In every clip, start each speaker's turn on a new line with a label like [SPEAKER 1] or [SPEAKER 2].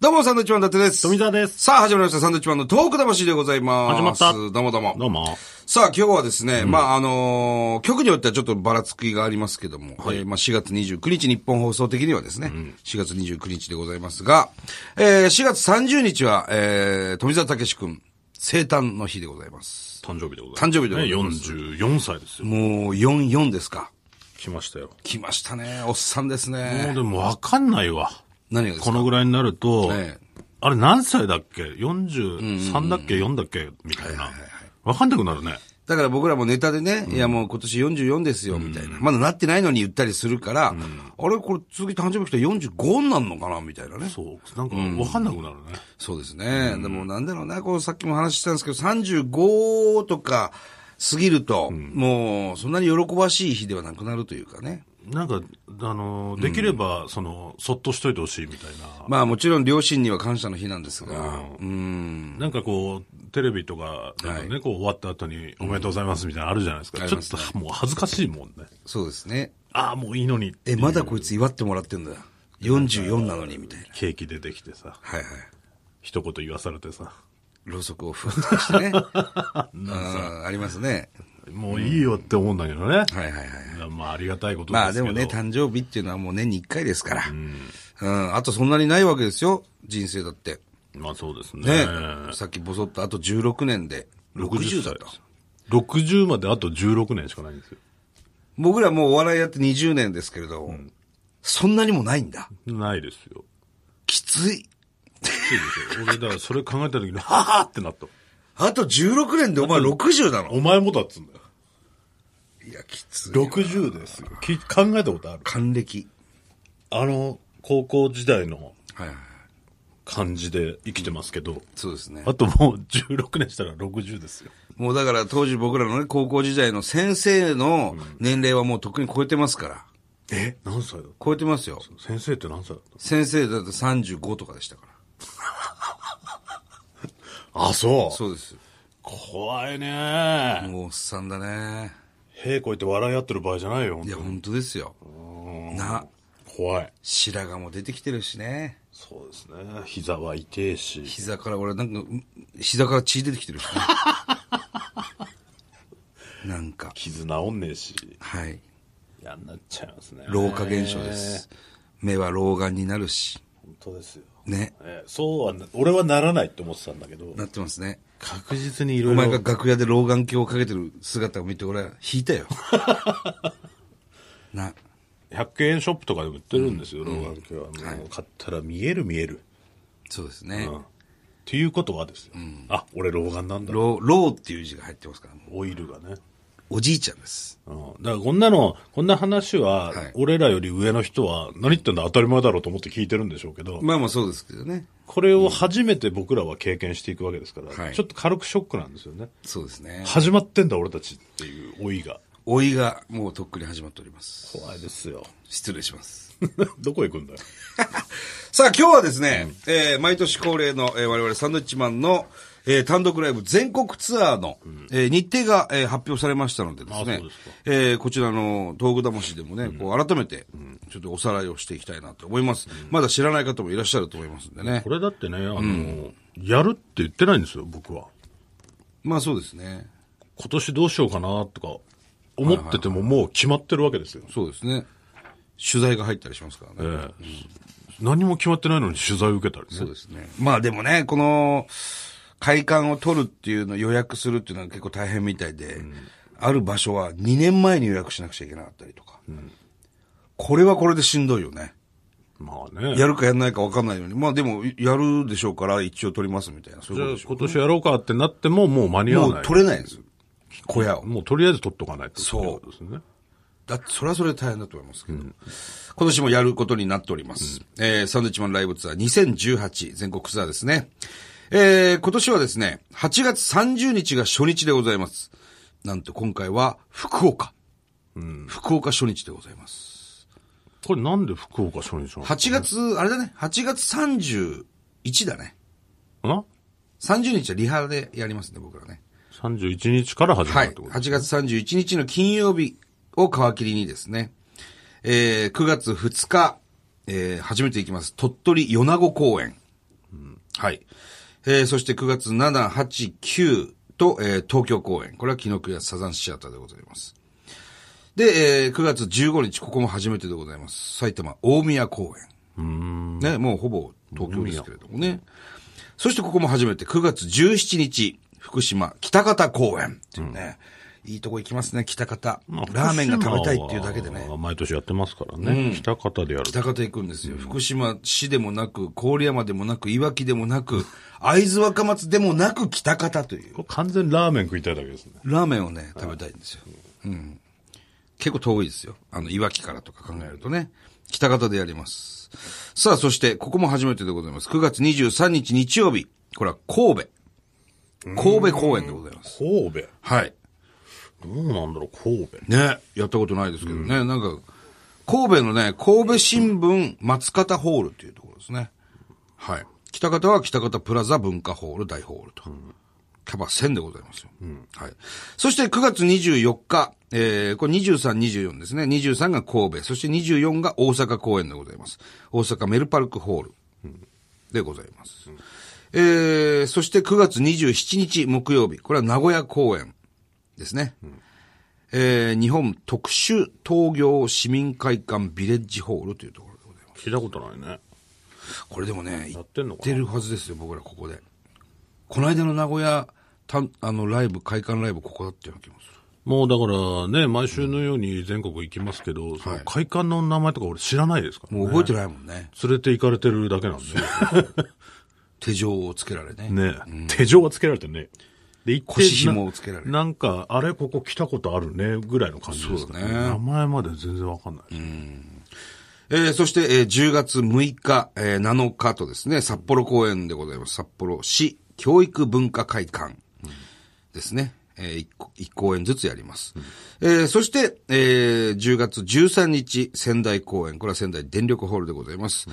[SPEAKER 1] どうも、サンドウィッチマン伊達です。
[SPEAKER 2] 富澤です
[SPEAKER 1] さあ、始まりました。サンドウィッチマンのトーク魂でございます。
[SPEAKER 2] 始まった
[SPEAKER 1] どうもどうも。
[SPEAKER 2] どうも。
[SPEAKER 1] さあ、今日はですね、まあ、あのー局によってはちょっとばらつきがありますけども、えーまあ、4月29日、日本放送的にはですね、4月29日でございますが、えー4月30日は、えー富澤武くん、生誕の日でございます。
[SPEAKER 2] 誕生日でございます。。
[SPEAKER 1] 誕生日でございます
[SPEAKER 2] ね、44歳ですよ。
[SPEAKER 1] もう、44ですか。
[SPEAKER 2] 来ましたよ。
[SPEAKER 1] 来ましたね。おっさんです
[SPEAKER 2] もう
[SPEAKER 1] ね。
[SPEAKER 2] でもわかんないわ。
[SPEAKER 1] 何がですか
[SPEAKER 2] このぐらいになると、
[SPEAKER 1] え
[SPEAKER 2] あれ何歳だっけ ?43 だっけ ?4 だっけみたいな。わかんなくなるね。
[SPEAKER 1] だから僕らもネタでね、いやもう今年44ですよ、みたいな。まだなってないのに言ったりするから、あれこれ続き誕生日来たら45になるのかな、みたいなね。
[SPEAKER 2] そう。なんかわかんなくなるね。
[SPEAKER 1] そうですね。でもなんだろうな、こうさっきも話したんですけど、35とか過ぎると、もうそんなに喜ばしい日ではなくなるというかね。
[SPEAKER 2] なんか、あの、できれば、その、そっとしといてほしいみたいな。
[SPEAKER 1] まあもちろん両親には感謝の日なんですが、うん。
[SPEAKER 2] なんかこう、テレビとかでもね、こう終わった後におめでとうございますみたいなのあるじゃないですか。
[SPEAKER 1] あり
[SPEAKER 2] ちょ
[SPEAKER 1] ま
[SPEAKER 2] っ
[SPEAKER 1] すね
[SPEAKER 2] ともう恥ずかしいもんね。
[SPEAKER 1] そうですね。
[SPEAKER 2] ああ、もういいのに。
[SPEAKER 1] え、まだこいつ祝ってもらってんだ。44なのに、みたいな。
[SPEAKER 2] ケーキ出てきてさ、
[SPEAKER 1] はいはい。
[SPEAKER 2] 一言言わされてさ。
[SPEAKER 1] ろうそくをふわっとして ね。うんありますね。
[SPEAKER 2] もういいよって思うんだけどね。
[SPEAKER 1] はいはいはい。
[SPEAKER 2] まあ、ありがたいことですけど。
[SPEAKER 1] まあでもね、誕生日っていうのはもう年に1回ですから。うん。あとそんなにないわけですよ。人生だって。
[SPEAKER 2] まあそうですね。
[SPEAKER 1] ね。さっきボソッとあと16年で。60だ
[SPEAKER 2] 60歳
[SPEAKER 1] っ
[SPEAKER 2] で
[SPEAKER 1] た。
[SPEAKER 2] す。60まであと16年しかないんですよ。
[SPEAKER 1] 僕らもうお笑いやって20年ですけれど、そんなにもないんだ。
[SPEAKER 2] ないですよ。
[SPEAKER 1] きつい。
[SPEAKER 2] きついですよ。俺、だからそれ考えた時に、ははってなった。
[SPEAKER 1] あと16年でお前60なの
[SPEAKER 2] お前もだっつうんだよ。
[SPEAKER 1] いや、きつい。
[SPEAKER 2] 60ですよ。き考えたことある
[SPEAKER 1] 還暦。
[SPEAKER 2] あの、高校時代の
[SPEAKER 1] はいはいはい。
[SPEAKER 2] 感じで生きてますけど、
[SPEAKER 1] そうですね
[SPEAKER 2] あ。ともう16年したら60ですよ。
[SPEAKER 1] もうだから当時僕らのね、高校時代の先生の年齢はもうとっくに超えてますから。
[SPEAKER 2] え何歳だ
[SPEAKER 1] 超えてますよ。
[SPEAKER 2] 先生って何歳だっ
[SPEAKER 1] 先生だと35とかでしたから。
[SPEAKER 2] たあ、そう
[SPEAKER 1] そうです。
[SPEAKER 2] 怖いね
[SPEAKER 1] もうおっさんだね。
[SPEAKER 2] へえ、こうやって笑い合ってる場合じゃないよ、本
[SPEAKER 1] い
[SPEAKER 2] 当
[SPEAKER 1] や、
[SPEAKER 2] に
[SPEAKER 1] 本当ですよ。な、
[SPEAKER 2] 怖い。
[SPEAKER 1] 白髪も出てきてるしね。
[SPEAKER 2] そうですね。膝は痛えし。
[SPEAKER 1] 膝から、俺なんか、うん膝から血出てきてるしね。 なんか、
[SPEAKER 2] 傷治んねえし。
[SPEAKER 1] はい。
[SPEAKER 2] 嫌になっちゃいますね。
[SPEAKER 1] 老化現象で
[SPEAKER 2] ね
[SPEAKER 1] す。目は老眼になるし、
[SPEAKER 2] え。本当ですよ。
[SPEAKER 1] ね。
[SPEAKER 2] ええそうはな、俺はならないって思ってたんだけど、
[SPEAKER 1] なってますね。
[SPEAKER 2] 確実にいろ
[SPEAKER 1] お
[SPEAKER 2] いろ。
[SPEAKER 1] 前が楽屋で老眼鏡をかけてる姿を見て、俺は引いたよ。 な、
[SPEAKER 2] 100円ショップとかでも売ってるんですよ、老眼鏡は。もう買ったら見える見える。
[SPEAKER 1] そうですね。
[SPEAKER 2] うん。っていうことはですよ。あ、俺老眼なんだ。
[SPEAKER 1] 老、老っていう字が入ってますから、もう
[SPEAKER 2] オイルがね。
[SPEAKER 1] おじいちゃんです。
[SPEAKER 2] うん。だからこんなの、こんな話は
[SPEAKER 1] はい、
[SPEAKER 2] 俺らより上の人は、何言ってんだ当たり前だろうと思って聞いてるんでしょうけど、
[SPEAKER 1] まあまあそうですけどね。
[SPEAKER 2] これを初めて僕らは経験していくわけですから、
[SPEAKER 1] はい
[SPEAKER 2] ちょっと軽くショックなんですよね。
[SPEAKER 1] そうですね。
[SPEAKER 2] 始まってんだ俺たちっていう老いが。
[SPEAKER 1] 老いがもうとっくに始まっております。
[SPEAKER 2] 怖いですよ。
[SPEAKER 1] 失礼します。
[SPEAKER 2] どこ行くんだよ。
[SPEAKER 1] さあ今日はですね、えー毎年恒例の、えー我々サンドウィッチマンの、えー単独ライブ全国ツアーの、えー日程が、えー発表されましたのでです
[SPEAKER 2] あ
[SPEAKER 1] ね
[SPEAKER 2] そうですか、
[SPEAKER 1] えーこちらの東具魂でもね、こう改めてちょっとおさらいをしていきたいなと思います。まだ知らない方もいらっしゃると思いますんでね
[SPEAKER 2] こ。れだってね、あの、やるって言ってないんですよ、僕は。
[SPEAKER 1] まあそうですね。
[SPEAKER 2] 今年どうしようかなとか、思っててももう決まってるわけですよ。
[SPEAKER 1] そうですね。取材が入ったりしますからね。
[SPEAKER 2] ええ何も決まってないのに取材受けたりね。
[SPEAKER 1] そうですね。まあでもね、この、会館を取るっていうの、予約するっていうのは結構大変みたいで、ある場所は2年前に予約しなくちゃいけなかったりとか。これはこれでしんどいよね。
[SPEAKER 2] まあね。
[SPEAKER 1] やるかやらないか分かんないように。まあでも、やるでしょうから一応取りますみたいな。そう
[SPEAKER 2] じ
[SPEAKER 1] いうこと
[SPEAKER 2] ゃあ
[SPEAKER 1] でしょ
[SPEAKER 2] 今年やろうかってなってももう間に合わない。
[SPEAKER 1] もう取れないんですよ。小屋を。
[SPEAKER 2] もうとりあえず取っとかないと。
[SPEAKER 1] そう
[SPEAKER 2] ですね。
[SPEAKER 1] だって、それはそれで大変だと思いますけど。今年もやることになっております。えー、サンドウィッチマンライブツアー2018全国ツアーですね。えー、今年はですね、8月30日が初日でございます。なんと今回は福岡。福岡初日でございます。
[SPEAKER 2] これなんで福岡初日なの
[SPEAKER 1] 8月、あれだね、8月31だね。
[SPEAKER 2] ん
[SPEAKER 1] 30日はリハでやりますね、僕らね。
[SPEAKER 2] 31日から始ま
[SPEAKER 1] は
[SPEAKER 2] るっ
[SPEAKER 1] い。
[SPEAKER 2] てこと、
[SPEAKER 1] 8月31日の金曜日を皮切りにですね、えー、9月2日、えー、初めて行きます。鳥取米子公園。はい。えー、そして9月7、8、9と、えー東京公演。これは紀ノ国屋サザンシアターでございます。で、えー9月15日、ここも初めてでございます。埼玉、大宮公演。ね、もうほぼ東京ですけれどもね。そしてここも初めて、9月17日、福島、北方公演。っていうね、いいとこ行きますね、北方。ラーメンが食べたいっていうだけでね。。
[SPEAKER 2] 毎年やってますからね。北方でやる。
[SPEAKER 1] 北方行くんですよ。福島市でもなく、郡山でもなく、いわきでもなく、会津若松でもなく北方という。
[SPEAKER 2] これ完全にラーメン食いたいだけですね。
[SPEAKER 1] ラーメンをね、食べたいんですよ。うん。結構遠いですよ。あの、いわきからとか考えるとね。北方でやります。さあ、そして、ここも初めてでございます。9月23日日曜日。これは神戸。神戸公演でございます。
[SPEAKER 2] 神戸
[SPEAKER 1] はい。
[SPEAKER 2] どうなんだろう、神戸。
[SPEAKER 1] ね、やったことないですけどね。なんか、神戸のね、神戸新聞松方ホールっていうところですね。はい。北方は北方プラザ文化ホール大ホールと。キャバ1000でございますよ。はい。そして9月24日、えー、これ23、24ですね。23が神戸、そして24が大阪公演でございます。大阪メルパルクホールでございます。えー、そして9月27日木曜日、これは名古屋公演ですね。えー日本特殊東業市民会館ビレッジホールというところでございま
[SPEAKER 2] 聞いたことないね。
[SPEAKER 1] す。これでもね、行
[SPEAKER 2] や
[SPEAKER 1] っ
[SPEAKER 2] ってんのか
[SPEAKER 1] て
[SPEAKER 2] な
[SPEAKER 1] るはずですよ、僕らここで。この間の名古屋、たあの、ライブ、会館ライブここだったような気もする。
[SPEAKER 2] もうだからね、毎週のように全国行きますけど、その会館の名前とか俺知らないですから、
[SPEAKER 1] もう覚えてないもんね。
[SPEAKER 2] 連れて行かれてるだけなんで。
[SPEAKER 1] 手錠をつけられね。
[SPEAKER 2] ね、手錠はつけられてね。で、行って
[SPEAKER 1] 腰紐をつけられる
[SPEAKER 2] ななんか、あれここ来たことあるね、ぐらいの感じですからね。
[SPEAKER 1] そうだね
[SPEAKER 2] 名前まで全然わかんない。
[SPEAKER 1] えーそして、えー10月6日、えー7日とですね、札幌公演でございます。札幌市教育文化会館ですね。えー 1, 公演ずつやります。えーそして、えー10月13日、仙台公演。これは仙台電力ホールでございます。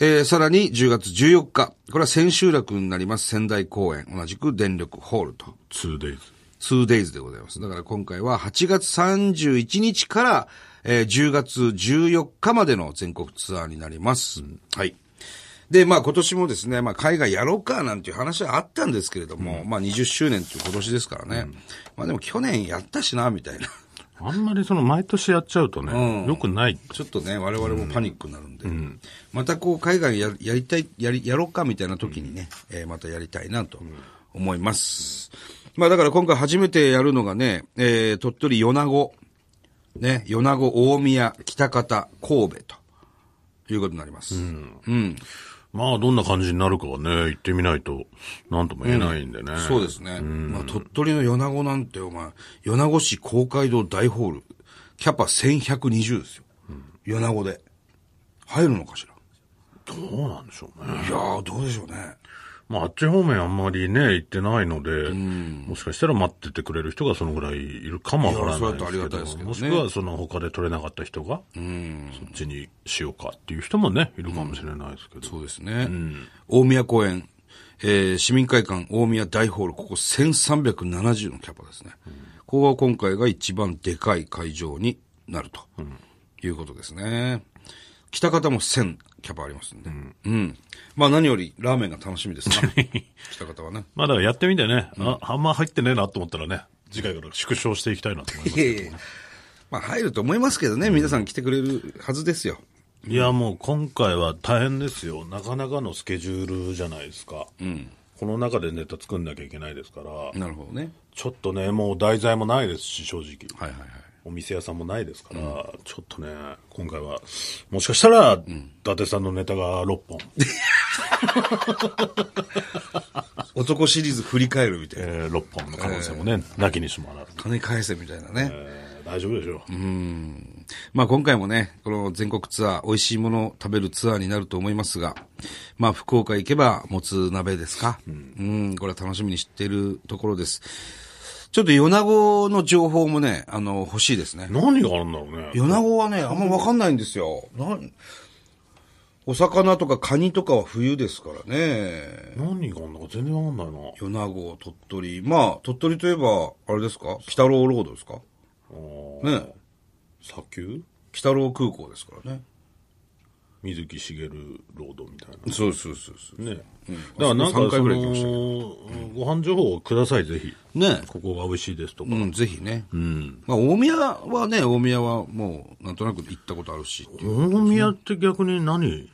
[SPEAKER 1] えーさらに10月14日。これは千秋楽になります。仙台公演。同じく電力ホールと。
[SPEAKER 2] 2days。
[SPEAKER 1] 2days でございます。だから今回は8月31日から、えー10月14日までの全国ツアーになります。はい。で、まあ今年もですね、まあ海外やろうかなんていう話はあったんですけれども、まあ20周年っていう今年ですからね。まあでも去年やったしな、みたいな。
[SPEAKER 2] あんまりその、毎年やっちゃうとね、よくない。
[SPEAKER 1] ちょっとね、我々もパニックになるんで、またこう、海外ややりたい、やり、やろうかみたいな時にね、えーまたやりたいなと思います。まあだから今回初めてやるのがね、えー鳥取米子、ね、米子、大宮、北方、神戸ということになります。うん
[SPEAKER 2] まあ、どんな感じになるかはね、行ってみないと、なんとも言えないんでね。
[SPEAKER 1] そうですね。まあ、鳥取の米子なんて、お前、米子市公会堂大ホール、キャパ1120ですよ。米子で。入るのかしら
[SPEAKER 2] どうなんでしょうね。
[SPEAKER 1] いやー、どうでしょうね。
[SPEAKER 2] まあ、あっち方面あんまりね、行ってないので、もしかしたら待っててくれる人がそのぐらいいるかもわからない
[SPEAKER 1] いやそれだとありがたい
[SPEAKER 2] で
[SPEAKER 1] です
[SPEAKER 2] す
[SPEAKER 1] け
[SPEAKER 2] け
[SPEAKER 1] ど
[SPEAKER 2] ど、
[SPEAKER 1] ね
[SPEAKER 2] もしくはその他で取れなかった人が、そっちにしようかっていう人もね、いるかもしれないですけど。
[SPEAKER 1] そうですね。大宮公園、えー市民会館大宮大ホール、ここ1370のキャパですね。ここが今回が一番でかい会場になると、いうことですね。北方も1000キャパありますんで。うん。まあ何よりラーメンが楽しみ ですね。北方はね。
[SPEAKER 2] まあ、だからやってみてね、あ、あんま入ってねえなと思ったらね、次回から縮小していきたいなと思いま
[SPEAKER 1] い
[SPEAKER 2] す。
[SPEAKER 1] やいやいやまあ入ると思いますけどね、皆さん来てくれるはずですよ。
[SPEAKER 2] いや、もう今回は大変ですよ。なかなかのスケジュールじゃないですか。この中でネタ作んなきゃいけないですから、
[SPEAKER 1] なるほどね。
[SPEAKER 2] ちょっとね、もう題材もないですし、正直。
[SPEAKER 1] はいはいはい。
[SPEAKER 2] お店屋さんもないですから、ちょっとね、今回は、もしかしたら、伊達さんのネタが6本、
[SPEAKER 1] 男シリーズ振り返るみたいな。
[SPEAKER 2] えー、6本の可能性もね、なきにしもあらず、
[SPEAKER 1] 金返せみたいなね。
[SPEAKER 2] えー大丈夫でしょう。
[SPEAKER 1] まあ今回もね、この全国ツアー、美味しいものを食べるツアーになると思いますが、まあ福岡行けば、もつ鍋ですか。うん、これは楽しみにしているところです。ちょっと米子の情報もね、あの、欲しいですね。
[SPEAKER 2] 何があるんだろうね。
[SPEAKER 1] 米子はね、あんまわかんないんですよ。なんお魚とかカニとかは冬ですからね。
[SPEAKER 2] 何があるのか全然わかんないな。
[SPEAKER 1] 米子、鳥取。まあ、鳥取といえば、あれですか北郎ロードですか
[SPEAKER 2] あー
[SPEAKER 1] ね。
[SPEAKER 2] 砂丘
[SPEAKER 1] 北郎空港ですからね。
[SPEAKER 2] 水木しげるロードみたいな。
[SPEAKER 1] そうそうそうそう。
[SPEAKER 2] ね、だからなんか
[SPEAKER 1] 3回
[SPEAKER 2] そ
[SPEAKER 1] ぐ
[SPEAKER 2] の
[SPEAKER 1] らい行きました
[SPEAKER 2] ご飯情報をください、ぜひ。
[SPEAKER 1] ね
[SPEAKER 2] ここが美味しいですとか。
[SPEAKER 1] うん、ぜひね。まあ、大宮はね、大宮はもう、なんとなく行ったことあるし。
[SPEAKER 2] 大宮って逆に何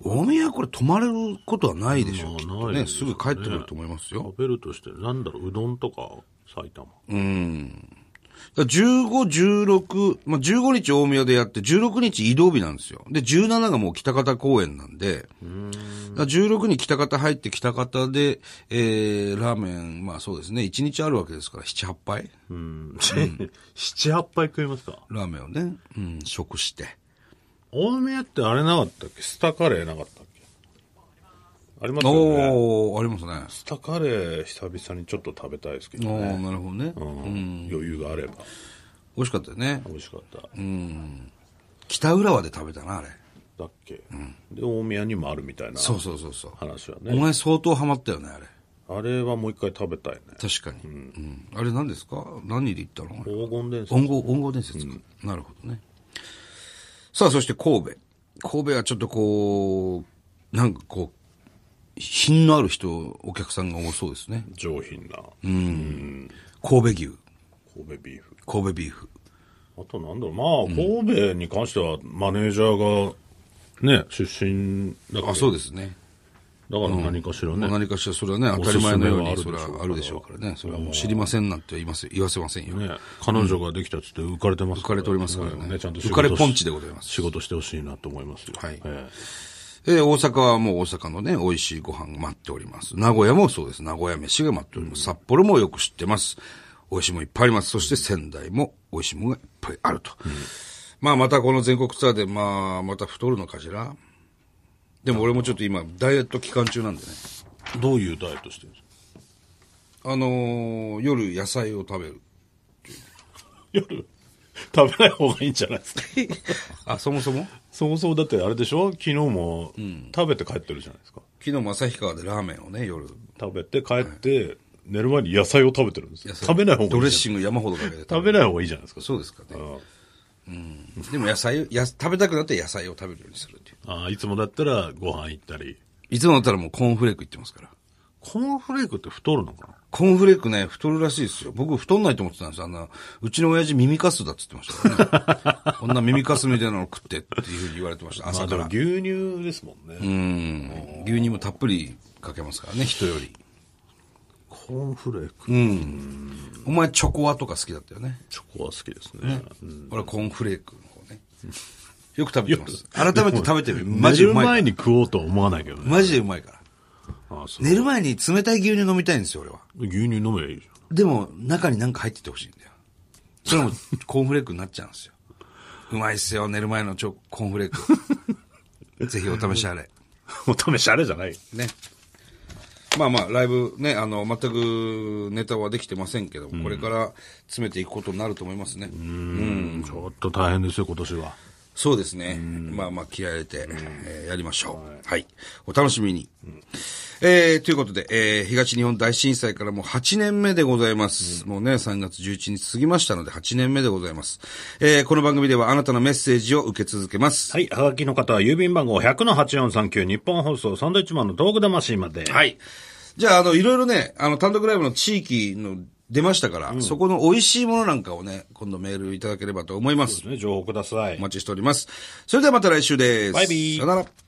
[SPEAKER 1] 大宮これ泊まれることはないでしょう、きっと
[SPEAKER 2] ない
[SPEAKER 1] ね。
[SPEAKER 2] ですす
[SPEAKER 1] ぐ帰ってくると思いますよ。
[SPEAKER 2] 食べるとして、なんだろう、うどんとか、埼玉。
[SPEAKER 1] だから15、16、まあ、15日大宮でやって、16日移動日なんですよ。で、17がもう北方公園なんで、だから16に北方入って北方で、えー、ラーメン、まあそうですね、1日あるわけですから、7、8杯
[SPEAKER 2] うん。七八杯食いますか
[SPEAKER 1] ラーメンをね、うん、食して。
[SPEAKER 2] 大宮ってあれなかったっけスタカレーなかったっけありますよね。
[SPEAKER 1] おー、ありますね。
[SPEAKER 2] スタカレー久々にちょっと食べたいですけど
[SPEAKER 1] お
[SPEAKER 2] ね。
[SPEAKER 1] ー、なるほどね。
[SPEAKER 2] うん、余裕があれば。
[SPEAKER 1] 美味しかったよね。
[SPEAKER 2] 美味しかった。
[SPEAKER 1] 北浦和で食べたな、あれ。
[SPEAKER 2] だっけ、で、大宮にもあるみたいな
[SPEAKER 1] そうそうそうそう。
[SPEAKER 2] 話は
[SPEAKER 1] お
[SPEAKER 2] ね。
[SPEAKER 1] 前相当ハマったよね、あれ。
[SPEAKER 2] あれはもう一回食べたいね。
[SPEAKER 1] 確かに。うんあれ何ですか何で行ったの
[SPEAKER 2] 黄金伝説。
[SPEAKER 1] 音号、音号伝説か、なるほどね。さあ、そして神戸。神戸はちょっとこう、なんかこう、品のある人、お客さんが多そうですね。
[SPEAKER 2] 上品な。
[SPEAKER 1] 神戸牛、
[SPEAKER 2] 神戸ビーフ。
[SPEAKER 1] 神戸ビーフ。
[SPEAKER 2] あとなんだろう。まあ、神戸に関しては、マネージャーが、ね、出身だから。
[SPEAKER 1] あ、そうですね。
[SPEAKER 2] だから何かしらね。
[SPEAKER 1] 何かしらそれはね、当たり前のように、
[SPEAKER 2] おす
[SPEAKER 1] そ
[SPEAKER 2] すめ
[SPEAKER 1] れ
[SPEAKER 2] はあるでしょう
[SPEAKER 1] はあるでしょうからね。それはもう知りませんなんて言います、言わせませんよ。
[SPEAKER 2] ね、彼女ができたっつって浮かれてます
[SPEAKER 1] 浮かれておりますからね
[SPEAKER 2] ちゃんと仕事
[SPEAKER 1] 浮かれポンチでございます
[SPEAKER 2] 仕事してほしいなと思いますよ。
[SPEAKER 1] はい
[SPEAKER 2] え
[SPEAKER 1] えー大阪はもう大阪のね、美味しいご飯が待っております。名古屋もそうです。名古屋飯が待っております。札幌もよく知ってます。美味しいもんいっぱいあります。そして仙台も美味しいもんがいっぱいあると。まあまたこの全国ツアーで、まあまた太るのかしら。でも俺もちょっと今、ダイエット期間中なんでね。
[SPEAKER 2] えどういうダイエットしてるんですか
[SPEAKER 1] あのー夜野菜を食べる。
[SPEAKER 2] 夜、食べない方がいいんじゃな いですか。
[SPEAKER 1] あ、そもそも
[SPEAKER 2] そもそもだってあれでしょ昨日も食べて帰ってるじゃないですか。
[SPEAKER 1] 昨日も旭川でラーメンをね、夜。
[SPEAKER 2] 食べて帰って、寝る前に野菜を食べてるんですよ。食べない方が
[SPEAKER 1] ド
[SPEAKER 2] い
[SPEAKER 1] レ
[SPEAKER 2] い
[SPEAKER 1] ッ
[SPEAKER 2] じ
[SPEAKER 1] シング山ほどかけて
[SPEAKER 2] ゃん。
[SPEAKER 1] 食
[SPEAKER 2] 食
[SPEAKER 1] べ
[SPEAKER 2] べない方がいいじゃないですか。
[SPEAKER 1] そうですかね。
[SPEAKER 2] あ
[SPEAKER 1] でも野菜、や食べたくなって野菜を食べるようにするっていう。
[SPEAKER 2] ああ、いつもだったらご飯行ったり。
[SPEAKER 1] いつもだったらもうコーンフレークいってますから。
[SPEAKER 2] コーンフレークって太るのかな
[SPEAKER 1] コーンフレークね、太るらしいですよ。僕太んないと思ってたんですよ。あんな、うちの親父耳かすだっつってましたからね。こ んな耳かすみたいなの食ってっていうふうに言われてました。
[SPEAKER 2] ま
[SPEAKER 1] 朝
[SPEAKER 2] あで
[SPEAKER 1] か
[SPEAKER 2] も
[SPEAKER 1] ら。
[SPEAKER 2] 牛乳ですもんね。
[SPEAKER 1] うん。牛乳もたっぷりかけますからね、人より。
[SPEAKER 2] コーンフレーク、
[SPEAKER 1] お前チョコワとか好きだったよね。
[SPEAKER 2] チョコは好きですね。
[SPEAKER 1] 俺はコーンフレークの方ね。よく食べてます。改めて食べてみる。マジで
[SPEAKER 2] 寝
[SPEAKER 1] う
[SPEAKER 2] る
[SPEAKER 1] まい
[SPEAKER 2] 前
[SPEAKER 1] から。
[SPEAKER 2] に食おうとは思わないけどね。
[SPEAKER 1] マジでうまいから。
[SPEAKER 2] ああそう
[SPEAKER 1] 寝る前に冷たい牛乳飲みたいんですよ、俺は。
[SPEAKER 2] 牛乳飲めばいいじ
[SPEAKER 1] でも、中に何か入っててほしいんだよ。それも、コーンフレークになっちゃうんですよ。うまいっすよ、寝る前のチョコーンフレーク。ぜひお試しあれ。
[SPEAKER 2] ゃん。 もう試しあれじゃない。
[SPEAKER 1] ね。まあまあ、ライブね、あの、全くネタはできてませんけども、これから詰めていくことになると思いますね。
[SPEAKER 2] うん、ちょっと大変ですよ、今年は。
[SPEAKER 1] そうですね。まあまあ、気合入れて、えーやりましょう。はい。お楽しみに。えーということで、えー東日本大震災からもう8年目でございます。もうね、3月11日過ぎましたので、8年目でございます。えーこの番組ではあなたのメッセージを受け続けます。
[SPEAKER 2] はい、はがきの方は郵便番号100-8439日本放送サンドイッチマンの道具魂まで。
[SPEAKER 1] はい。じゃあ、あの、いろいろね、あの、単独ライブの地域の出ましたから、そこの美味しいものなんかをね、今度メールいただければと思います。
[SPEAKER 2] ね、情報ください
[SPEAKER 1] お。待ちしております。それではまた来週です。
[SPEAKER 2] バイビー
[SPEAKER 1] さよなら。